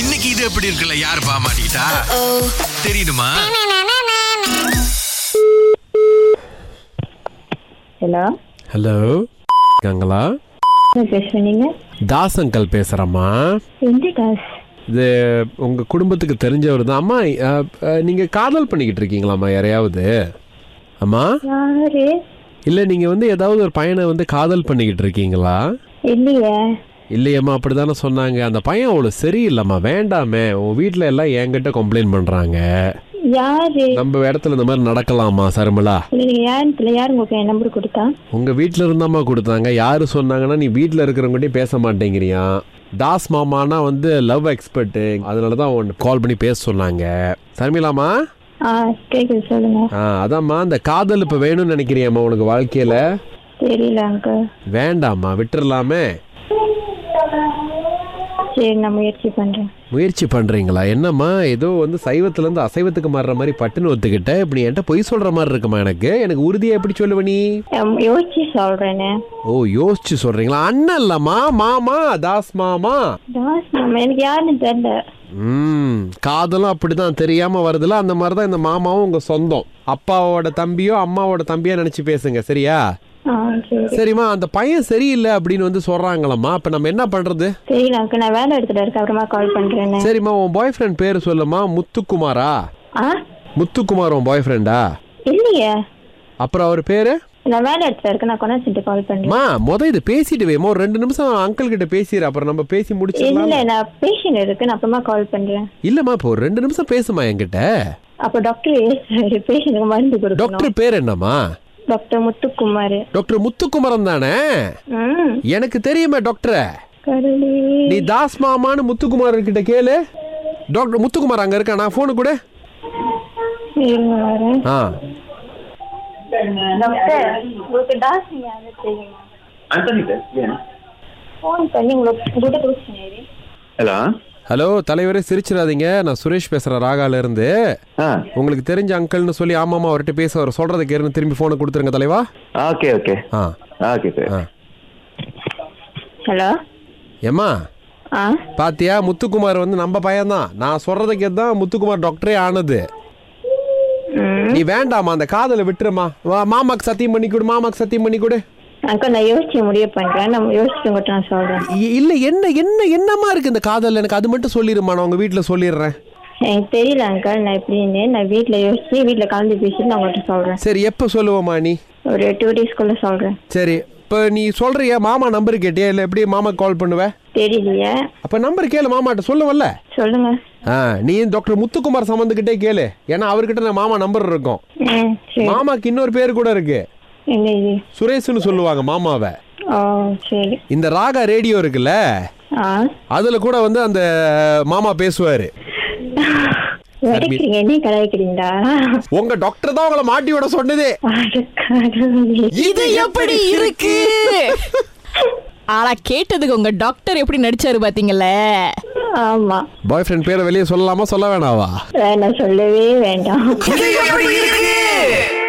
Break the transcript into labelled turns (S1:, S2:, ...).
S1: இன்னைக்கு இது எப்படி இருக்குல்ல யார் பாமாட்டா தெரியுமா
S2: ஹலோ
S3: ஹலோ இருக்காங்களா
S2: பேசுறேன் நீங்க
S3: தாஸ் அங்கிள் பேசுகிறேம்மா
S2: எந்த காசு
S3: இது உங்கள் குடும்பத்துக்கு தெரிஞ்சவர் தான் அம்மா நீங்கள் காதல் பண்ணிக்கிட்டு இருக்கீங்களாம்மா யாரையாவது அம்மா
S2: யாரு
S3: இல்லை நீங்கள் வந்து ஏதாவது ஒரு பையனை வந்து காதல் பண்ணிக்கிட்டு இருக்கீங்களா
S2: இல்லையே
S3: இல்லையம்மா அப்படி தானே சொன்னாங்க அந்த பையன் அவ்வளோ சரியில்லைம்மா வேண்டாமே உன் வீட்டில் எல்லாம் என்கிட்ட கம்ப்ளைண்ட் பண்ணுறாங்க
S2: யாரு
S3: நம்ம இடத்துல இந்த மாதிரி நடக்கலாமா சருமலா
S2: இல்ல நீங்க யாருன்னு தெரியல யாரு உங்களுக்கு என் நம்பர் கொடுத்தா
S3: உங்கள் வீட்டில் இருந்தாம்மா கொடுத்தாங்க யார் சொன்னாங்கன்னா நீ வீட்டில் இருக்கிறவங்ககிட்டயும் பேச மாட்டேங்கிறியா தாஸ் மாமானா வந்து லவ் எக்ஸ்பர்ட்டு அதனால தான் ஒன்று கால் பண்ணி பேச சொன்னாங்க சர்மிளாமா
S2: ஆ கேக்குது சொல்லுங்க
S3: ஆ அதாம்மா அந்த காதல் இப்போ வேணும்னு நினைக்கிறியாம்மா உனக்கு வாழ்க்கையில்
S2: தெரியல அங்கிள்
S3: வேண்டாம்மா விட்டுறலாமே
S2: சரி நான் முயற்சி பண்றேன்
S3: முயற்சி பண்ணுறீங்களா என்னம்மா ஏதோ வந்து சைவத்துலேருந்து அசைவத்துக்கு மாறுற மாதிரி பட்டுன்னு ஒத்துக்கிட்ட இப்படி என்கிட்ட பொய் சொல்கிற மாதிரி இருக்குமா எனக்கு எனக்கு உறுதியாக எப்படி சொல்லுவ நீ
S2: எம், யோசிச்சு சொல்றேனே
S3: ஓ யோசிச்சு சொல்கிறீங்களா அண்ணன் இல்லைம்மா மாமா தாஸ் மாமா
S2: தாஸ் மாமா எனக்கு யாருன்னு தெரியல
S3: ம் காதலும் அப்படிதான் தெரியாம வருதுல அந்த மாதிரி தான் இந்த மாமாவும் உங்க சொந்தம் அப்பாவோட தம்பியோ அம்மாவோட தம்பியோ நினைச்சு பேசுங்க சரியா
S2: ஆ சரி
S3: சரிம்மா அந்த பையன் சரியில்லை அப்படின்னு வந்து சொல்றாங்களம்மா அப்ப நம்ம என்ன பண்றது
S2: தெரியல அங்கிள் நான் வேலை இடத்துல இருக்கேன் அப்புறமா கால் பண்றேனே
S3: சரிம்மா உன் பாய் ஃப்ரெண்ட் பேரு சொல்லுமா முத்துக்குமாரா
S2: ஆ
S3: முத்துக்குமார் உன் பாய் ஃப்ரெண்டா
S2: இல்லையே
S3: அப்புறம் அவர் பேரு
S2: நான் வேலை இடத்துல இருக்கேன் நான் கொண்டாச்சிட்டு கால் பண்றேன்
S3: மா முத இது பேசிட்டு வேமா ஒரு ரெண்டு நிமிஷம் அங்கிள் கிட்ட பேசிடு அப்புறம் நம்ம பேசி
S2: இல்ல
S3: முடிச்சிடலாம்
S2: நான் பேஷண்ட் இருக்கு நான் அப்புறமா கால் பண்றேன்
S3: இல்லம்மா இப்போ ஒரு ரெண்டு நிமிஷம் பேசுமா என்கிட்ட
S2: அப்ப டாக்டர் பேஷண்ட்டுக்கு மருந்து கொடுக்கணும்
S3: டாக்டர் பேர் என்னம்மா
S2: டாக்டர் முத்துக்குமார்
S3: டாக்டர் முத்துக்குமரன் தானே
S2: ம்
S3: எனக்கு தெரியுமே டாக்டரை
S2: கடவுளே
S3: நீ தாஸ் மாமான்னு முத்துக்குமார் கிட்ட கேளு டாக்டர் முத்துக்குமார் அங்க இருக்கா நான் போனு கூட
S2: இருங்க வரேன்
S3: ஆ
S2: டாக்டர் உங்களுக்கு டாக்டர் யாரும் தெரியுமா
S4: ஆண்டனி சார் ஏன்
S2: ஃபோன் பண்ணி உங்களுக்கு உங்கள்கிட்ட கொடுத்துருந்தேன்
S4: ஹலோ
S3: ஹலோ தலைவரே சிரிச்சிடாதீங்க நான் சுரேஷ் பேசுறேன் ராகால இருந்து
S4: ஆ
S3: உங்களுக்கு தெரிஞ்ச அங்கிள்னு சொல்லி ஆமாமா அவர்கிட்ட பேச அவர் சொல்றதை கேருன்னு திரும்பி போனை கொடுத்துருங்க தலைவா
S4: ஓகே ஓகே
S3: ஆ
S4: ஓகே சார்
S3: ஆ
S2: ஹலோ
S3: ஏம்மா
S2: ஆ
S3: பாத்தியா முத்துக்குமார் வந்து நம்ம பையன்தான் நான் சொல்றதை கேட்டு தான் முத்துக்குமார் டாக்டரே ஆனது
S2: ம்
S3: நீ வேண்டாம்மா அந்த காதலை விட்டுருமா வா, மாமாக்கு சத்தியம் பண்ணி கொடு மாமாக்கு சத்தியம் பண்ணி கொடு
S2: அக்கா நான் யோசிச்சு முடிவு பண்றேன் நான் யோசிச்சு உங்கள்கிட்ட நான் சொல்றேன்
S3: இ- இல்ல என்ன என்ன என்னமா இருக்கு இந்த காதல் எனக்கு அது மட்டும் சொல்லிடுமா நான் உங்க வீட்டுல சொல்லிடுறேன்
S2: எனக்கு தெரியல அங்கிள் நான் எப்படின்னு நான் வீட்டில் யோசிச்சு வீட்டில் கலந்து பேசிட்டு நான் உங்கள்கிட்ட சொல்றேன்
S3: சரி எப்போ சொல்லுவோம்மா நீ
S2: ஒரு டூ டேஸ்க்குள்ள சொல்றேன்
S3: சரி இப்போ நீ சொல்றியா மாமா நம்பர் கேட்டியா இல்லை எப்படி மாமா கால் பண்ணுவ
S2: தெரியலையே
S3: அப்போ நம்பர் கேளு மாமாட்ட சொல்லுவல்ல
S2: சொல்லுங்க
S3: ஆ நீ டாக்டர் முத்துக்குமார் சம்மந்துக்கிட்டே கேளு ஏன்னா அவர்கிட்ட நான் மாமா நம்பர் இருக்கும்
S2: ம் சரி
S3: மாமாக்கு இன்னொரு பேர் கூட இருக்கு
S2: என்ன இது
S3: சுரேஷ்னு சொல்லுவாங்க மாமாவை
S2: ஓ சரி
S3: இந்த ராகா ரேடியோ இருக்குல்ல
S2: ஆ
S3: அதில் கூட வந்து அந்த மாமா பேசுவார்
S2: வடைக்கிறீங்க என்ன கலாய்க்கிறீங்களா
S3: உங்க டாக்டர் தான் உங்களை மாட்டி விட சொன்னதே
S2: அடக்கடவுளே.
S3: இது
S5: எப்படி இருக்கு ஆனா கேட்டதுக்கு உங்க டாக்டர் எப்படி நடிச்சாரு பாத்தீங்கல்ல
S2: ஆமா
S3: பாய் ஃப்ரெண்ட் பேரை வெளியே சொல்லலாமா சொல்ல வேணாவா
S2: வேணாம் சொல்லவே வேண்டாம்
S1: இது எப்படி இருக்கு